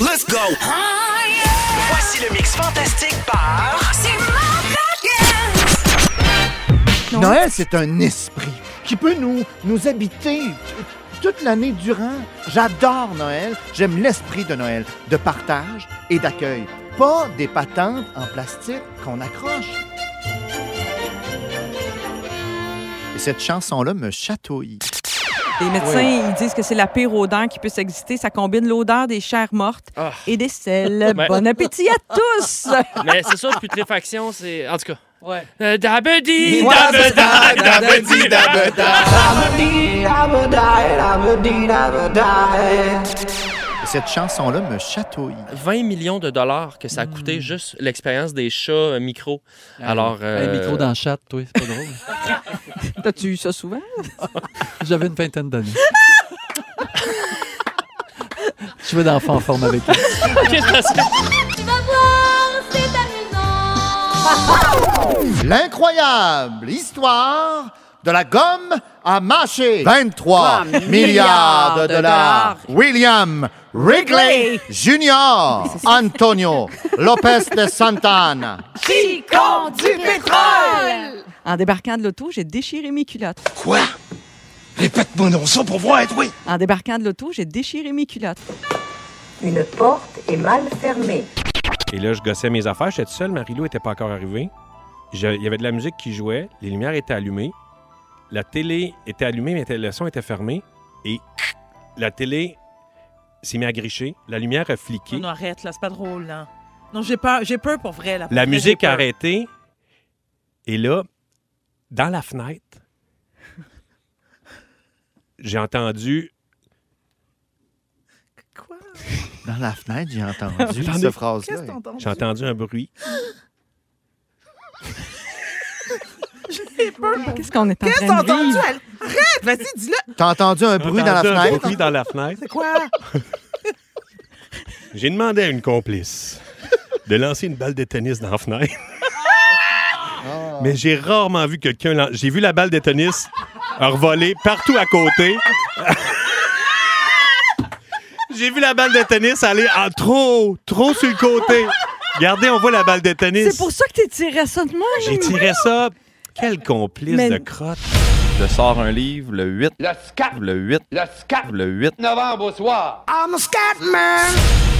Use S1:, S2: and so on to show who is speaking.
S1: Let's go!
S2: Voici le mix fantastique par...
S3: Noël, c'est un esprit qui peut nous, nous habiter t- toute l'année durant. J'adore Noël. J'aime l'esprit de Noël, de partage et d'accueil. Pas des patentes en plastique qu'on accroche. Et cette chanson-là me chatouille.
S4: Les médecins, ils disent que c'est la pire odeur qui puisse exister. Ça combine l'odeur des chairs mortes
S5: Ah.
S4: et des sels.
S5: Ouais.
S4: Bon appétit à tous!
S5: Mais c'est ça, putréfaction, c'est. En tout cas.
S4: Ouais.
S5: Euh, Dabedi, dabedi, dabedi, dabedi.
S3: Et cette chanson-là me chatouille.
S5: 20 millions de dollars que ça a
S4: Hmm.
S5: coûté juste l'expérience des chats euh, micro.
S4: Ah,
S5: Alors.
S6: Un
S5: euh,
S6: micro dans le chat, toi, c'est pas drôle.
S4: T'as-tu eu ça souvent?
S6: J'avais une vingtaine d'années. Je veux d'enfants en forme avec eux.
S5: Qu'est-ce que c'est?
S3: L'incroyable histoire de la gomme à mâcher. 23 milliards de dollars. William Wrigley Jr. Antonio Lopez de Santana.
S4: En débarquant de l'auto, j'ai déchiré mes culottes.
S1: Quoi? Répète-moi non ça pour voir être oui!
S4: En débarquant de l'auto, j'ai déchiré mes culottes.
S7: Une porte est mal fermée.
S8: Et là, je gossais mes affaires. J'étais tout seul. Marie-Lou n'était pas encore arrivée. Je- Il y avait de la musique qui jouait. Les lumières étaient allumées. La télé était allumée, mais était- le son était fermé. Et la télé s'est mise à gricher. La lumière a fliqué.
S9: Non, arrête, là, c'est pas drôle, là. Non, j'ai peur, j'ai peur pour vrai, là. Pour
S8: La
S9: vrai,
S8: musique
S9: j'ai
S8: a
S9: peur.
S8: arrêté. Et là, dans la fenêtre, j'ai entendu
S9: Quoi?
S3: Dans la fenêtre, j'ai entendu
S8: Attendez.
S3: cette phrase-là.
S9: Qu'est-ce que t'entends?
S8: j'ai entendu un bruit.
S9: J'ai peur pour
S4: Qu'est-ce qu'on est en
S9: Qu'est-ce que
S4: train de
S9: t'entends-tu?
S4: vivre?
S9: Elle- Arrête, vas-y, dis-le.
S3: T'as entendu un bruit dans la
S8: J'ai entendu un
S3: fenêtre?
S8: bruit dans la fenêtre.
S9: C'est quoi?
S8: J'ai demandé à une complice de lancer une balle de tennis dans la fenêtre.
S4: Ah.
S8: Mais j'ai rarement vu quelqu'un. lan- J'ai vu la balle de tennis revoler partout à côté. j'ai vu la balle de tennis aller en trop, trop sur le côté. Regardez, on voit la balle de tennis.
S4: C'est pour ça que t'es tiré ça de moi?
S8: J'ai tiré ça. Quel complice
S4: Mais-
S8: de crotte.
S10: Je sors un livre le 8. Le 4. Le 8. Le 4. Le 8.
S1: I'm a Scatman!